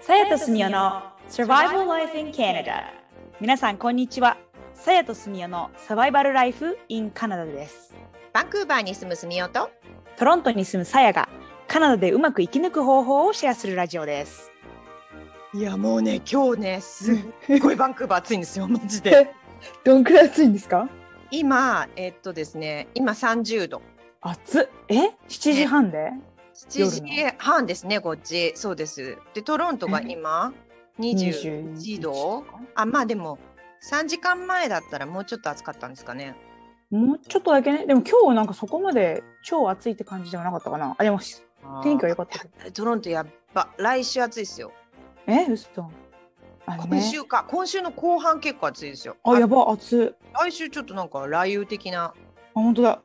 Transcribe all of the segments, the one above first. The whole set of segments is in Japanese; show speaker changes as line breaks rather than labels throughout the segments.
さやとすみおの Survival Life in Canada 皆さんこんにちはさやとすみおのサバイバルライフ in カナダです
バンクーバーに住むすみおと
トロントに住むさやがカナダでうまく生き抜く方法をシェアするラジオです
いやもうね今日ねすっごいバンクーバー暑いんですよマジで
どんくらい暑いんですか
今えっとですね今30度
暑っえ7時半で
7時半ですねこっちそうですでトロントが今21度あまあでも3時間前だったらもうちょっと暑かったんですかね
もうちょっとだけねでも今日なんかそこまで超暑いって感じではなかったかなあでも天気は良かったけど
トロントやっぱ来週暑いですよ
え嘘あれね
今週か今週の後半結構暑いですよ
あやば暑い
来週ちょっとなんか雷雨的な、
あ本当だ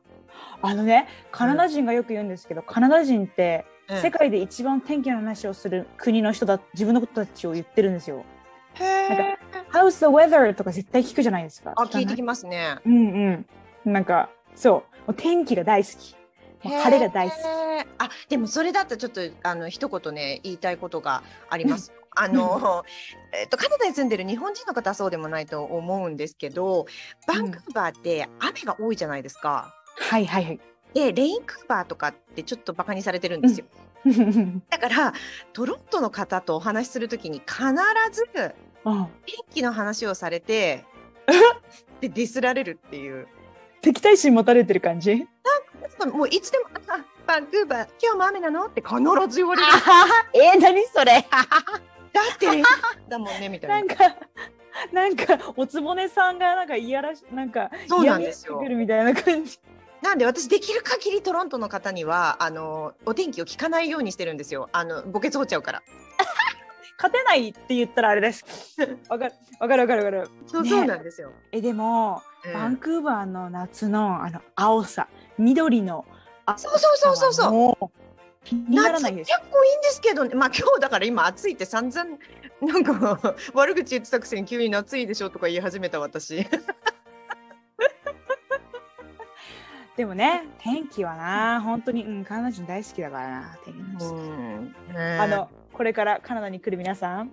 あのねカナダ人がよく言うんですけど、カナダ人って
うん
世界で一番天気の話をする国の人だ自分のことたちを言ってるんですよ。
へ
なん
え
「How's the weather?」とか絶対聞くじゃないですか。
あ聞いてきますね
うんうん。なんかそうもう天気が大好き。もう晴れが大好き。
へーあでもそれだったらちょっとあの一言ね言いたいことがあ ります。あのえっとカナダに住んでる日本人の方はそうでもないと思うんですけどバンクーバーって雨が多いじゃないですか。
はいはいはい。
でレインクーバーとかってちょっとバカにされてるんですよ。だからトロントの方とお話しするときに必ず天
うん
気の話をさ れてでディスられるっていう。
敵対心持たれてる感じ。
もういつでも「あバンクーバー今日も雨なの?」って必ず言われる。
えー、何それ。
だっ てレインクーバーだもんねみたいな
な。んかなんかおつぼねさんがなんかいやらしなんか
そうなんです
嫌
よ
みってく。るみたいな感じ。
なんで私できる限りトロントの方にはあのお天気を聞かないようにしてるんですよ。あの墓穴掘っちゃうから。
勝てないって言ったらあれです。 わかるわかるわかるわかる。
そう,、
ね
そうなんですよ。
えでも、
うん
バンクーバーの夏のあの青さ緑のあ
そうそうそうそうそう
もう気になら
夏
ない
結
です。
構いいんですけど、ね、まあ今日だから今暑いって散々なんか悪口言ってたくせに急に夏いでしょとか言い始めた私。
でもね天気はな本当にうんカナダ人大好きだからな天気の話
ん、
あのこれからカナダに来る皆さん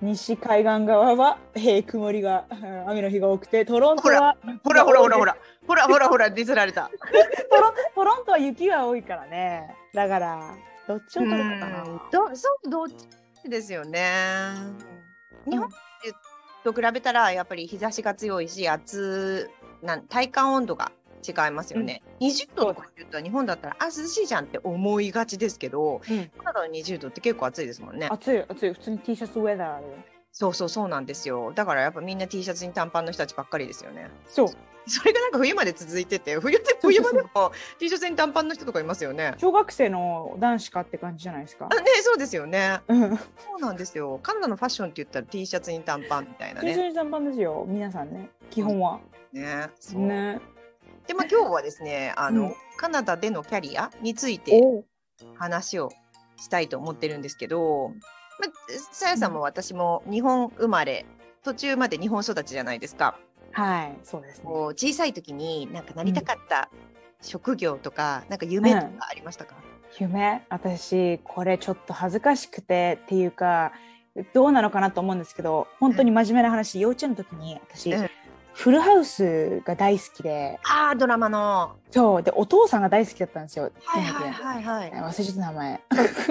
西海岸側は、えー曇りがうん雨の日が多くてトロントは
ほらほらほらほらほらほらほらディスられた。
トロトロントは雪が多いからねだからどっちを取るのかな。
うんどそうどっちですよね。日本と比べたらやっぱり日差しが強いし暑なん体感温度が違いますよね。20度とかって言ったら日本だったらあ涼しいじゃんって思いがちですけど
うん
カナダの20度って結構暑いですもんね。
暑い暑い普通に T シャツウェザーで
そうそうそうなんですよ。だからやっぱみんな T シャツに短パンの人たちばっかりですよね。
そう
それがなんか冬まで続いてて冬で
そうそう
冬
そう
までも T シャツに短パンの人とかいますよね。
小学生の男子かって感じじゃないですか
あ。ねそうですよね。
うん、
そうなんですよ。カナダのファッションって言ったら T シャツに短パンみたいな
中
ね。
心短パンですよ、皆さんね、基本は。
ねそう
ね。
で、まあ、今日はですね、あ
う
の、
ん
カナダでのキャリアについて
お
話をしたいと思ってるんですけど、まあ、さやさんも私も日本生まれ、途中まで日本育ちじゃないですか。
はい、そうですね。
こう小さい時になんかなりたかった職業とか、なんか夢とかありましたか、
夢、私、これちょっと恥ずかしくてっていうか、どうなのかなと思うんですけど、本当に真面目な話、幼稚園の時に私、
うん
フルハウスが大好きで、
ああ、ドラマの。
そう、で、お父さんが大好きだったんですよ。
はいはいはいはい。
忘れちゃった名前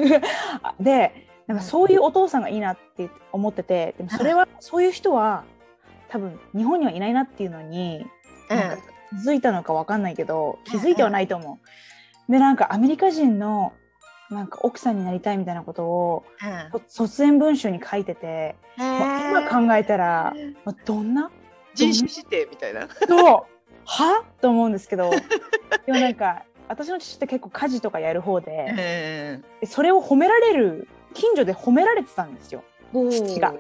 あでなんかそういうお父さんがいいなって思っててでもそれはそういう人は多分日本にはいないなっていうのになんか気づいたのかわかんないけど気づいてはないと思う。でなんかアメリカ人のなんか奥さんになりたいみたいなことを
う
そ卒園文集に書いてて、
んうん
まあ
へー
今考えたら、まあ、どんな
人種指定みたいな。
そう はと思うんですけどでもなんか私の父って結構家事とかやる方で。
うん
でそれを褒められる近所で褒められてたんですよ。父が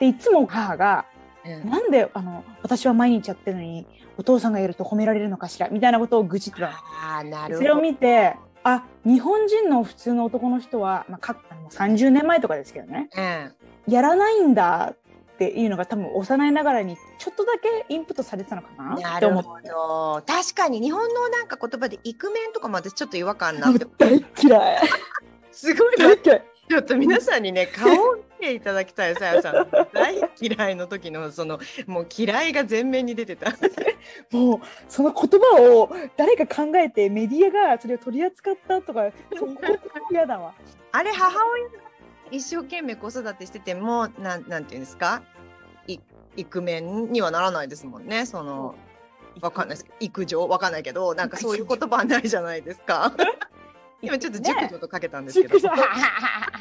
でいつも母が
う
「
ん
なんであの私は毎日やってるのにお父さんがいると褒められるのかしら」みたいなことを愚痴ってた
ああ、なる
の。そ
ほど。
れを見てあ日本人の普通の男の人は、まあ、かもう30年前とかですけどね
うん
やらないんだっっていうのが多分幼いながらにちょっとだけインプットされてたのかな
な
って
る
思って
ほど確かに日本のなんか言葉でイクメンとかも私ちょっと違和感なって
大嫌い
すごいな
大嫌い
ちょっと皆さんにね顔を見ていただきたいさやさん の大嫌いの時のそのもう嫌いが前面に出てた
もうその言葉を誰か考えてメディアがそれを取り扱ったとかそう本当に嫌だわ
あれ母親が一生懸命子育てしててもなんなんていうんですかいイクメンにはならないですもんねそのわかんないですけど育女わかんないけどなんかそういう言葉はないじゃないですか今ちょっと熟女とかけたんですけど、
熟女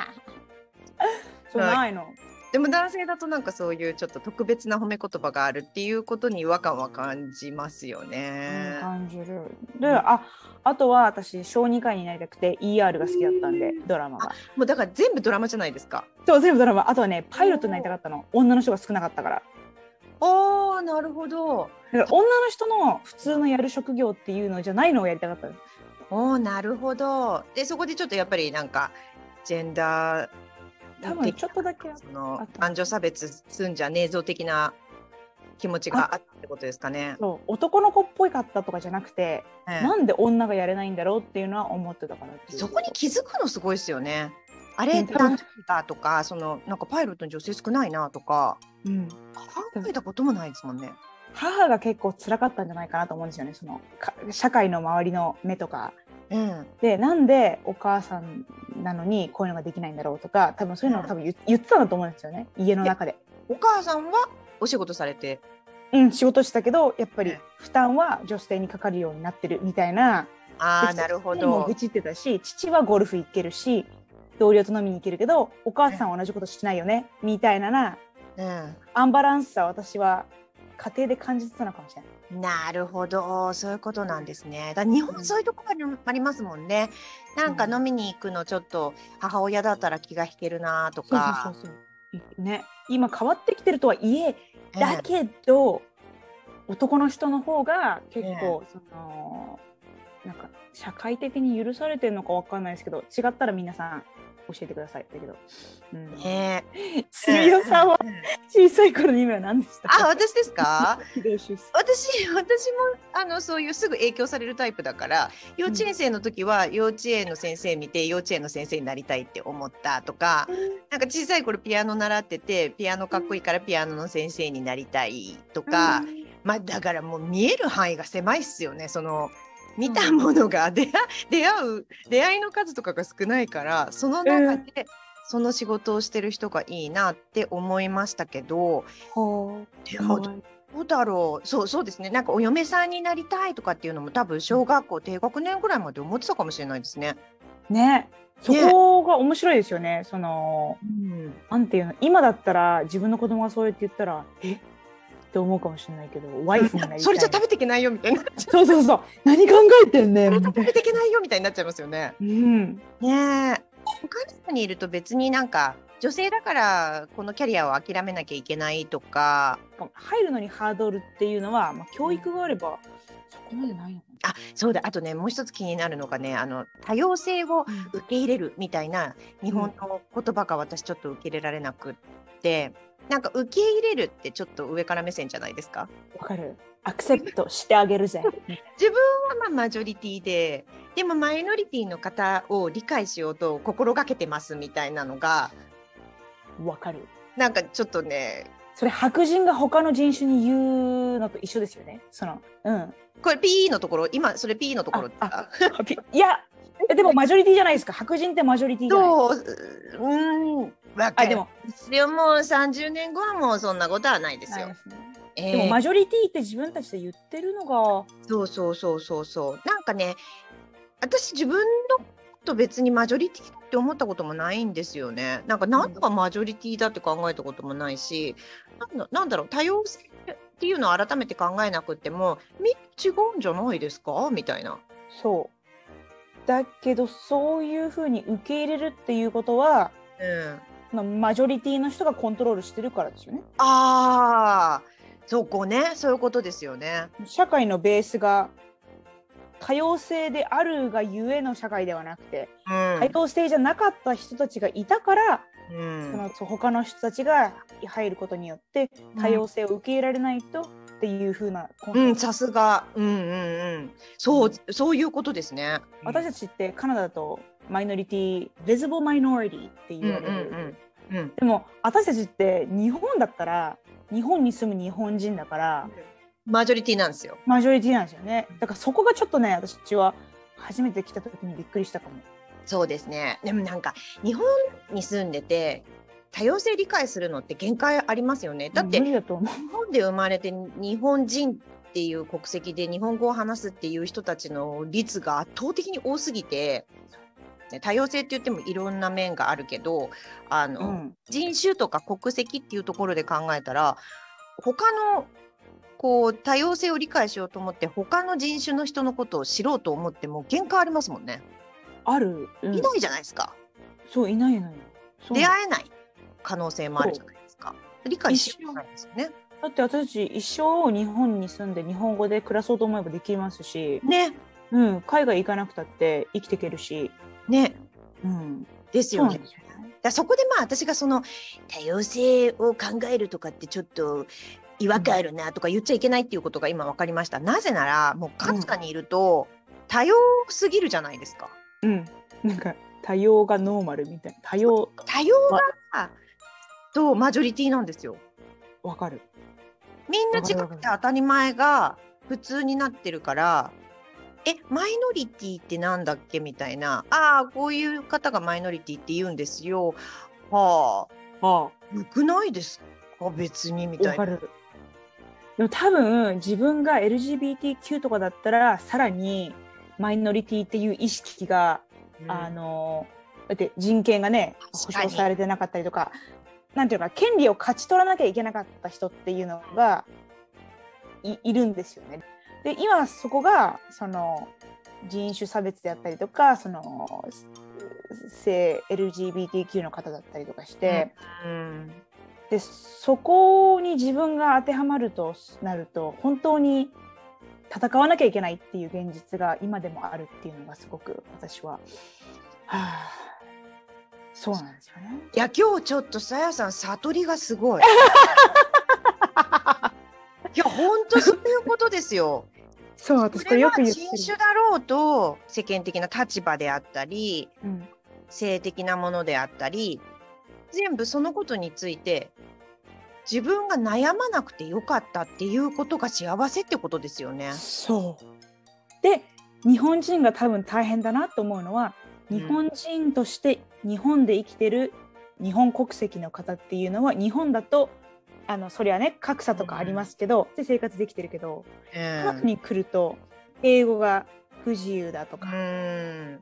そうないの、
でも男性だとなんかそういうちょっと特別な褒め言葉があるっていうことに違和感は感じますよ
うん
ね。
感じるでああとは私小児科医になりたくて ER が好きだったんでドラマが
もうだから全部ドラマじゃないですか。
そう全部ドラマあとはねパイロットになりたかったの女の人が少なかったから
おーなるほど。
だから女の人の普通のやる職業っていうのじゃないのをやりたかったの
おーなるほど。でそこでちょっとやっぱりなんかジェンダー
多分ちょっとだけ
その
った
男女差別すんじゃねえぞ的な気持ちがあったってことですかね。
そう男の子っぽいかったとかじゃなくて、
ええ
なんで女がやれないんだろうっていうのは思ってたからっていう
そこに気づくのすごいですよね。あ
う
れ
ん
男女だとかそのなんかパイロットの女性少ないなとか
うん、
考えたこともないですもんね。
母が結構辛かったんじゃないかなと思うんですよねそのか社会の周りの目とか
うん。
でなんでお母さんなのにこういうのができないんだろうとか多分そういうのを多分言言ってたんだと思うんですよね家の中で。
お母さんはお仕事されて
うん、仕事してたけどやっぱり
ええ
負担は女性にかかるようになってるみたいな
ああ
で
なるほ
でも
ど
愚。痴ってたし父はゴルフ行けるし同僚と飲みに行けるけどお母さんは同じことしないよねみたいなな
う
アンバランスさを私は家庭で感じてたのかもしれない。
ん、なるほどそういうことなんですね。だ日
う
本
ん
そういうところにありますもんね。なんか
うん
飲みに行くのちょっと母親だったら気が引けるなと
そう
か。
そうそうそうね今変わってきてるとはいえ
うん
だけど、男の人の方が結構、そのなんか社会的に許されてるのかわかんないですけど違ったら皆さん教えてくださいだけど、うん、
ね
杉尾さんは
うん
小さい頃の夢は何でした
あ
か
私ですか
秀吉です
私私 もあのそういうすぐ影響されるタイプだから幼稚園生の時は幼稚園の先生見て幼稚園の先生になりたいって思ったとかなんか小さい頃ピアノ習っててピアノかっこいいからピアノの先生になりたいとか、まあだからもう見える範囲が狭いっすよねその見たものが出会出会う出会いの数とかが少ないからその中で、その仕事をしてる人がいいなって思いましたけど
ほ
でもどうだろうそうそうですねなんかお嫁さんになりたいとかっていうのも多分小学校低学年ぐらいまで思ってたかもしれないですね。
うねそこが面白いですよねその
うん、
なんていうの今だったら自分の子供がそうやって言ったらえって思うかもしれないけどワイフになりたい
それじゃ食べていけないよみたいになっち ゃ
そうそうそう何考えてんね んみた
う食
い
べていけないよみたいになっちゃいますよね。
なうん
ねえ他の人にいると別になんか女性だからこのキャリアを諦めなきゃいけないとか
入るのにハードルっていうのは、まあ、教育があればそこまでないのか
あそうだあとねもう一つ気になるのがねあの多様性
な、
を受け入れるみたいな日本の言葉が私ちょっと受け入れられなくってなんか受け入れるってちょっと上から目線じゃないですか
わかるアクセプトしてあげるぜ
自分はまあマジョリティででもマイノリティの方を理解しようと心がけてますみたいなのが
わかる
なんかちょっとね
それ白人が他の人種に言うのと一緒ですよねその うん
これ P のところ今それ P のところです
あ
か
いやでもマジョリティじゃないですか白人ってマジョリティじゃない
どううーん、わか
あ
る。
でも
それはもう30年後はもうそんなことはないです
ない
よ
で。すね
え
でも
ー
マジョリティって自分たちで言ってるのが
そうそうそうそうそう。なんかね、私自分のこと別にマジョリティって思ったこともないんですよね。なんか何とかマジョリティだって考えたこともないし、なんだなんだろう多様性っていうのを改めて考えなくてもみんな違うんじゃないですかみたいな。
そうだけどそういうふうに受け入れるっていうことは
うん。
まあマジョリティの人がコントロールしてるからですよね。
ああ、そこね、そういうことですよね。
社会のベースが多様性であるがゆえの社会ではなくて、
うん
対等性じゃなかった人たちがいたから、
うん
そのそう他の人たちが入ることによって多様性を受け入れられないとっていう風な、
うん、さすが。うんうんうん。そう、そういうことですね。
私たちってカナダだとマイノリティ visible minority って
うん
言
う
わ
ん
れる、
うん。うん。
でも私たちって日本だったら日本に住む日本人だから
マジョリティなんですよ。
マジョリティなんですよねだからそこがちょっとね私たちは初めて来た時にびっくりしたかも。
そうですね。でもなんか日本に住んでて多様性理解するのって限界ありますよね。だって
無
日
理だと思う
本で生まれて日本人っていう国籍で日本語を話すっていう人たちの率が圧倒的に多すぎて。ね多様性って言ってもいろんな面があるけどあの、
うん
人種とか国籍っていうところで考えたら他のこう多様性を理解しようと思って他の人種の人のことを知ろうと思っても限界ありますもんね。
ある、うん
いないじゃないですか。
そういないのよそう
出会えない可能性もあるじゃないですか。理解しようがないですよね。
だって私たち一生日本に住んで日本語で暮らそうと思えばできますし、
ね。
うん、海外行かなくたって生きていけるし、
ね。
うん、
です
そうな
よ
ん
ね。
ですよね。
だからそこでまあ私がその多様性を考えるとかってちょっと違和感あるなとか言っちゃいけないっていうことが今分かりました。なぜならもうかつかにいると多様すぎるじゃないですか。
うん、なんか多様がノーマルみたいな多様
多様がとマジョリティなんですよ。
わかる。
みんな違
わかるわ
く
かる
て当たり前が普通になってるから、え、マイノリティってなんだっけみたいな、ああ、こういう方がマイノリティって言うんですよ。は
あ
あ、よくないですか別にみ
あ、
た
わ
い
か
な。
る。でも多分自分が LGBTQ とかだったらさらにマイノリティっていう意識が
うん
あのだって人権がね
確
保
かに
障されてなかったりとかなんていうのか権利を勝ち取らなきゃいけなかった人っていうのがいいるんですよね。で今そこがその人種差別であったりとかその性 LGBTQ の方だったりとかして、
うん
でそこに自分が当てはまるとなると本当に戦わなきゃいけないっていう現実が今でもあるっていうのがすごく私は、はあ、そうなんですよね。
いや、今日ちょっとさやさん、悟りがす ごい。いや、本当そういうことですよ。
そう
そ
私こ
れ
れよ
は
く言ってる
人、種だろうと世間的な立場であったり
うん、
性的なものであったり全部そのことについて自分が悩まなくてよかったっていうことが幸せってことですよね。
そうで日本人が多分大変だなと思うのは
うん
日本人として日本で生きてる日本国籍の方っていうのは日本だとあのそりゃね格差とかありますけど、で生活できてるけど。カナダに来ると英語が不自由だと
う
か、
ん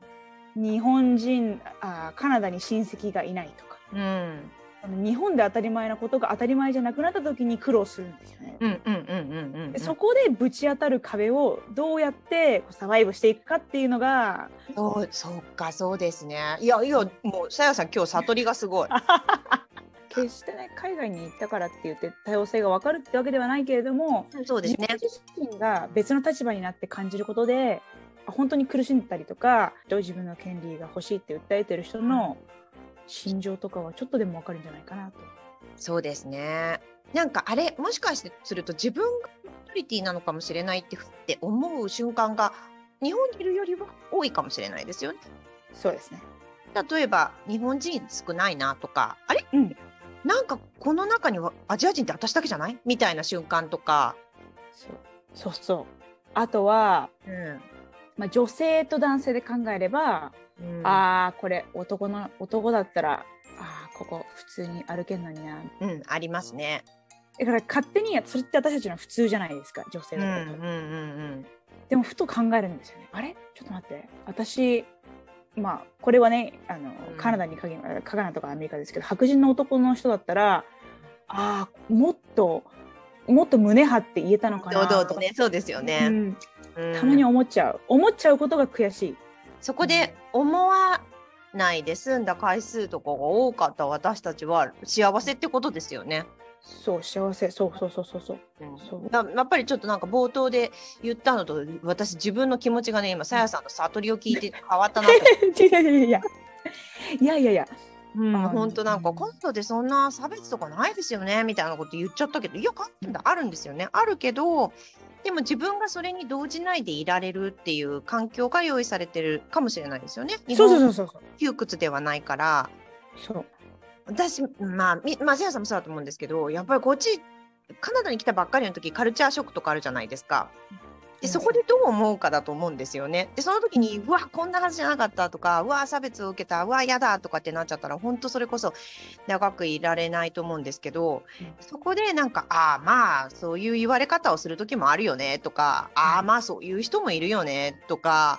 日本人あーカナダに親戚がいないとか
うん
あの日本で当たり前なことが当たり前じゃなくなった時に苦労するんですよね。
うんうんうんうんうんうん
でそこでぶち当たる壁をどうやってこうサバイブしていくかっていうのが
そうそうかそうですねいやいやもうさやさん今日悟りがすごい
決してね海外に行ったからって言って多様性が分かるってわけではないけれども
そうです
自
ね
分自身が別の立場になって感じることであ本当に苦しんでたりとか自分の権利が欲しいって訴えてる人の心情とかはちょっとでも分かるんじゃないかなと。
そうですね。なんかあれもしかしてすると自分がマイノリティなのかもしれないってふって思う瞬間が日本にいるよりは多いかもしれないですよね。
そうですね。
例えば日本人少ないなとかあれ、
うん
なんかこの中にはアジア人って私だけじゃないみたいな瞬間とか、
そうそうそうあとは、
うん
まあ、女性と男性で考えれば、
うん
ああこれ男の男だったらああここ普通に歩けんのにな
うん、ありますね。
だから勝手にそれって私たちの普通じゃないですか女性
うんう
だ
ん
ったりとか
うんうん
でもふと考えるんですよね。あれちょっと待って私まあこれはねあの、
うん
カナダに限らカナダとかアメリカですけど白人の男の人だったらあーもっともっと胸張って言えたのかな
堂々
と
と
か
ねそうですよ
う
ね。
ん
うん
たまに思っちゃう、思っちゃうことが悔しい。
そこで思わないで済んだ回数とかが多かった私たちは幸せってことですよね。
そう幸せそうそうそうそうそうそう
なやっぱりちょっとなんか冒頭で言ったのと私自分の気持ちがね今さやさんの悟りを聞いて変わっ たなと、
いやいやいやいやいやいや
うん、
あー
本当なんかコントでそんな差別とかないですよねみたいなこと言っちゃったけどいやコントであるんですよねあるけどでも自分がそれに動じないでいられるっていう環境が用意されてるかもしれないですよね。
そうそう
う
そうそうそう
窮屈ではないから
そう
私まあみまあせやさんもそうだと思うんですけどやっぱりこっちカナダに来たばっかりの時カルチャーショックとかあるじゃないですか。でそこでどう思うかだと思うんですよね。でその時にうわこんなはずじゃなかったとかうわ差別を受けたうわやだとかってなっちゃったら本当それこそ長くいられないと思うんですけど
うん
そこでなんかああまあそういう言われ方をする時もあるよねとかああまあそういう人もいるよねとか、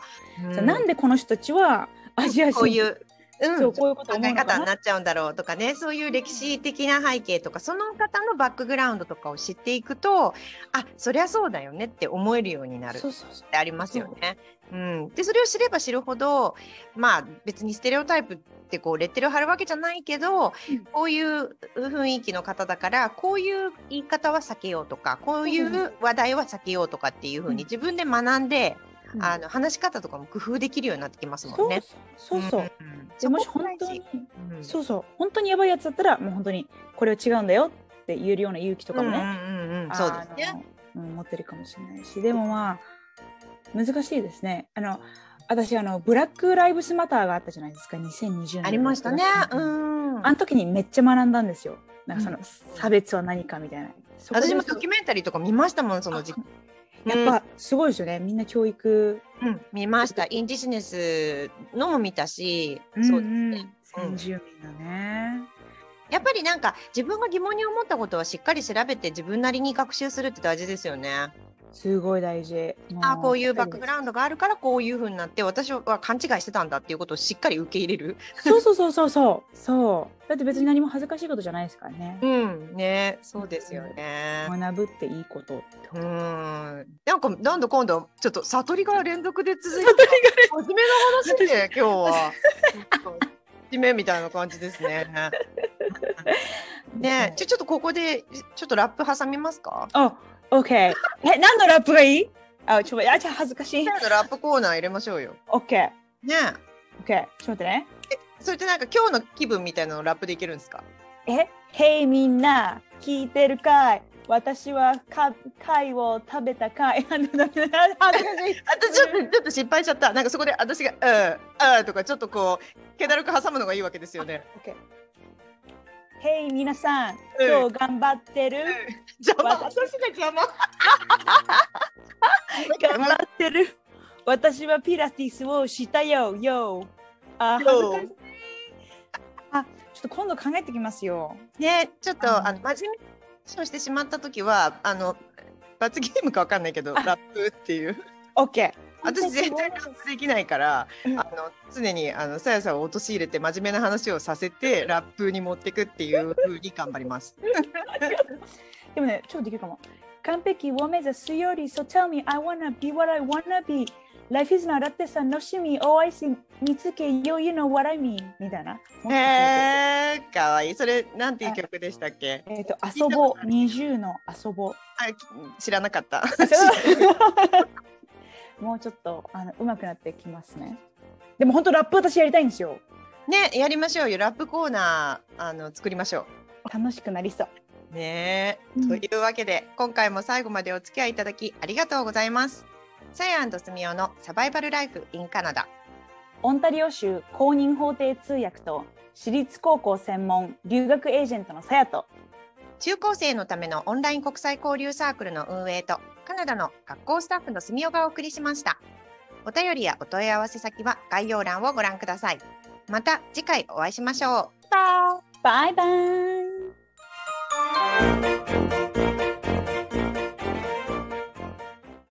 じゃあなんでこの人たちはアジア人
こういう、うん、
そうこういうこと
考
思う
え
のか
方に
な
なっちゃうんだろうとかねそういう歴史的な背景とかその方のバックグラウンドとかを知っていくとあそりゃそうだよねって思えるようになるっ
そうそうそう
てありますよね。うん、でそれを知れば知るほどまあ別にステレオタイプってこうレッテルを貼るわけじゃないけど、
うん
こういう雰囲気の方だからこういう言い方は避けようとかこうい
そうそう
う話題は避けようとかっていうふうに
うん
自分で学んで、
うん
あの話し方とかも工夫できるようになってきますも
そ
ん
う
ね。
そうそうそう
うんうん
で
そこ
もし
が
本
大
当
事
に
うん
そうそう本当にやばいやつだったらもう本当にこれは違うんだよって言えるような勇気とかもね、
うんうんうんうん、そうですね。
あのうん、持ってるかもしれないしでもまあ難しいですねあの私あのブラック・ライブスマターがあったじゃないですか2020年
ありましたね。う
あ
ん。
の時にめっちゃ学んだんですよなんかその、
う
差別は何かみたいなそこで
私もドキュメンタリーとか見ましたもん、その時期。
やっぱすごいですよねみんな教育、
うん、うん見ました。インディジネスのも見たし、そうです
ん
ね。
先住民のね、
やっぱりなんか自分が疑問に思ったことはしっかり調べて自分なりに学習するって大事ですよね。
すごい大事
あこういうバックグ
ウン
ラウンドがあるからこういう風になって私は勘違いしてたんだっていうことをしっかり受け入れる。
そうそうそうそうそうそうだって別に何も恥ずかしいことじゃないですからね、
うんねそうですよね。
学ぶっていいことって
う
こと
ーんなんか、なんだ今度、ちょっと悟りが連続で続いてた。真面目な話で、今日は。ちょっと真面目みたいな感じですね。ねえ、じゃ、ちょっとここで、ちょっとラップ挟みますか。
あ、OK。え、何のラップがいいあ、ちょっと待って、あ、ちょっと恥ずかしい
じ。ゃあラップコーナー入れましょうよ。
OK。
ね
OK。ちょっと待ってね。
え、それってなんか、今日の気分みたいなのラップでいけるんですか。
え、へいみんな、聞いてるかい私はか貝を食べたか い。あの、ダメだ恥ずかしい。
あと、ちょっと、ちょっと失敗しちゃった。なんか、そこで、私が、うん、うんとか、ちょっとこう、気だるく挟むのがいいわけですよね。
OK。へいみなさん、今日頑張ってる、
邪魔、
私
私が邪魔。
頑張ってる私はピラティスをしたよ、よ。あ、恥ずかしい。あ、ちょっと今度考えてきますよ。
ね、ちょっと、
うん
あの真面目な話をしてしまった時はあの罰ゲームかわかんないけど
あ
ラップっていう
OK。
私全然ラップできないから、
うん
あの常にあのさやさんを陥れて真面目な話をさせてラップに持ってくっていう風に頑張ります。
でもね、超できるかも。完璧を目指すより、so tell me I wanna be what I wanna be。Life is not だってさ、楽しみ、お会いし見つけよ、you know what I mean。みたいな。
へー、かわいい。それなんていう曲でしたっけ？
えっと、遊ぼう、20の遊ぼう。
あき知らなか った。
もうちょっとあの上手くなってきますね。でも本当ラップ私やりたいんですよ。
ね、やりましょうよ。ラップコーナーあの作りましょう。
楽しくなりそう。
ねえ、
うん
というわけで今回も最後までお付き合いいただきありがとうございます。サヤスミオのサバイバルライフインカナダ。
オンタリオ州公認法廷通訳と私立高校専門留学エージェントのさやと
中高生のためのオンライン国際交流サークルの運営とカナダの学校スタッフの住みおがお送りしました。お便りやお問い合わせ先は概要欄をご覧ください。また次回お会いしましょう。バイバイ
バイバイ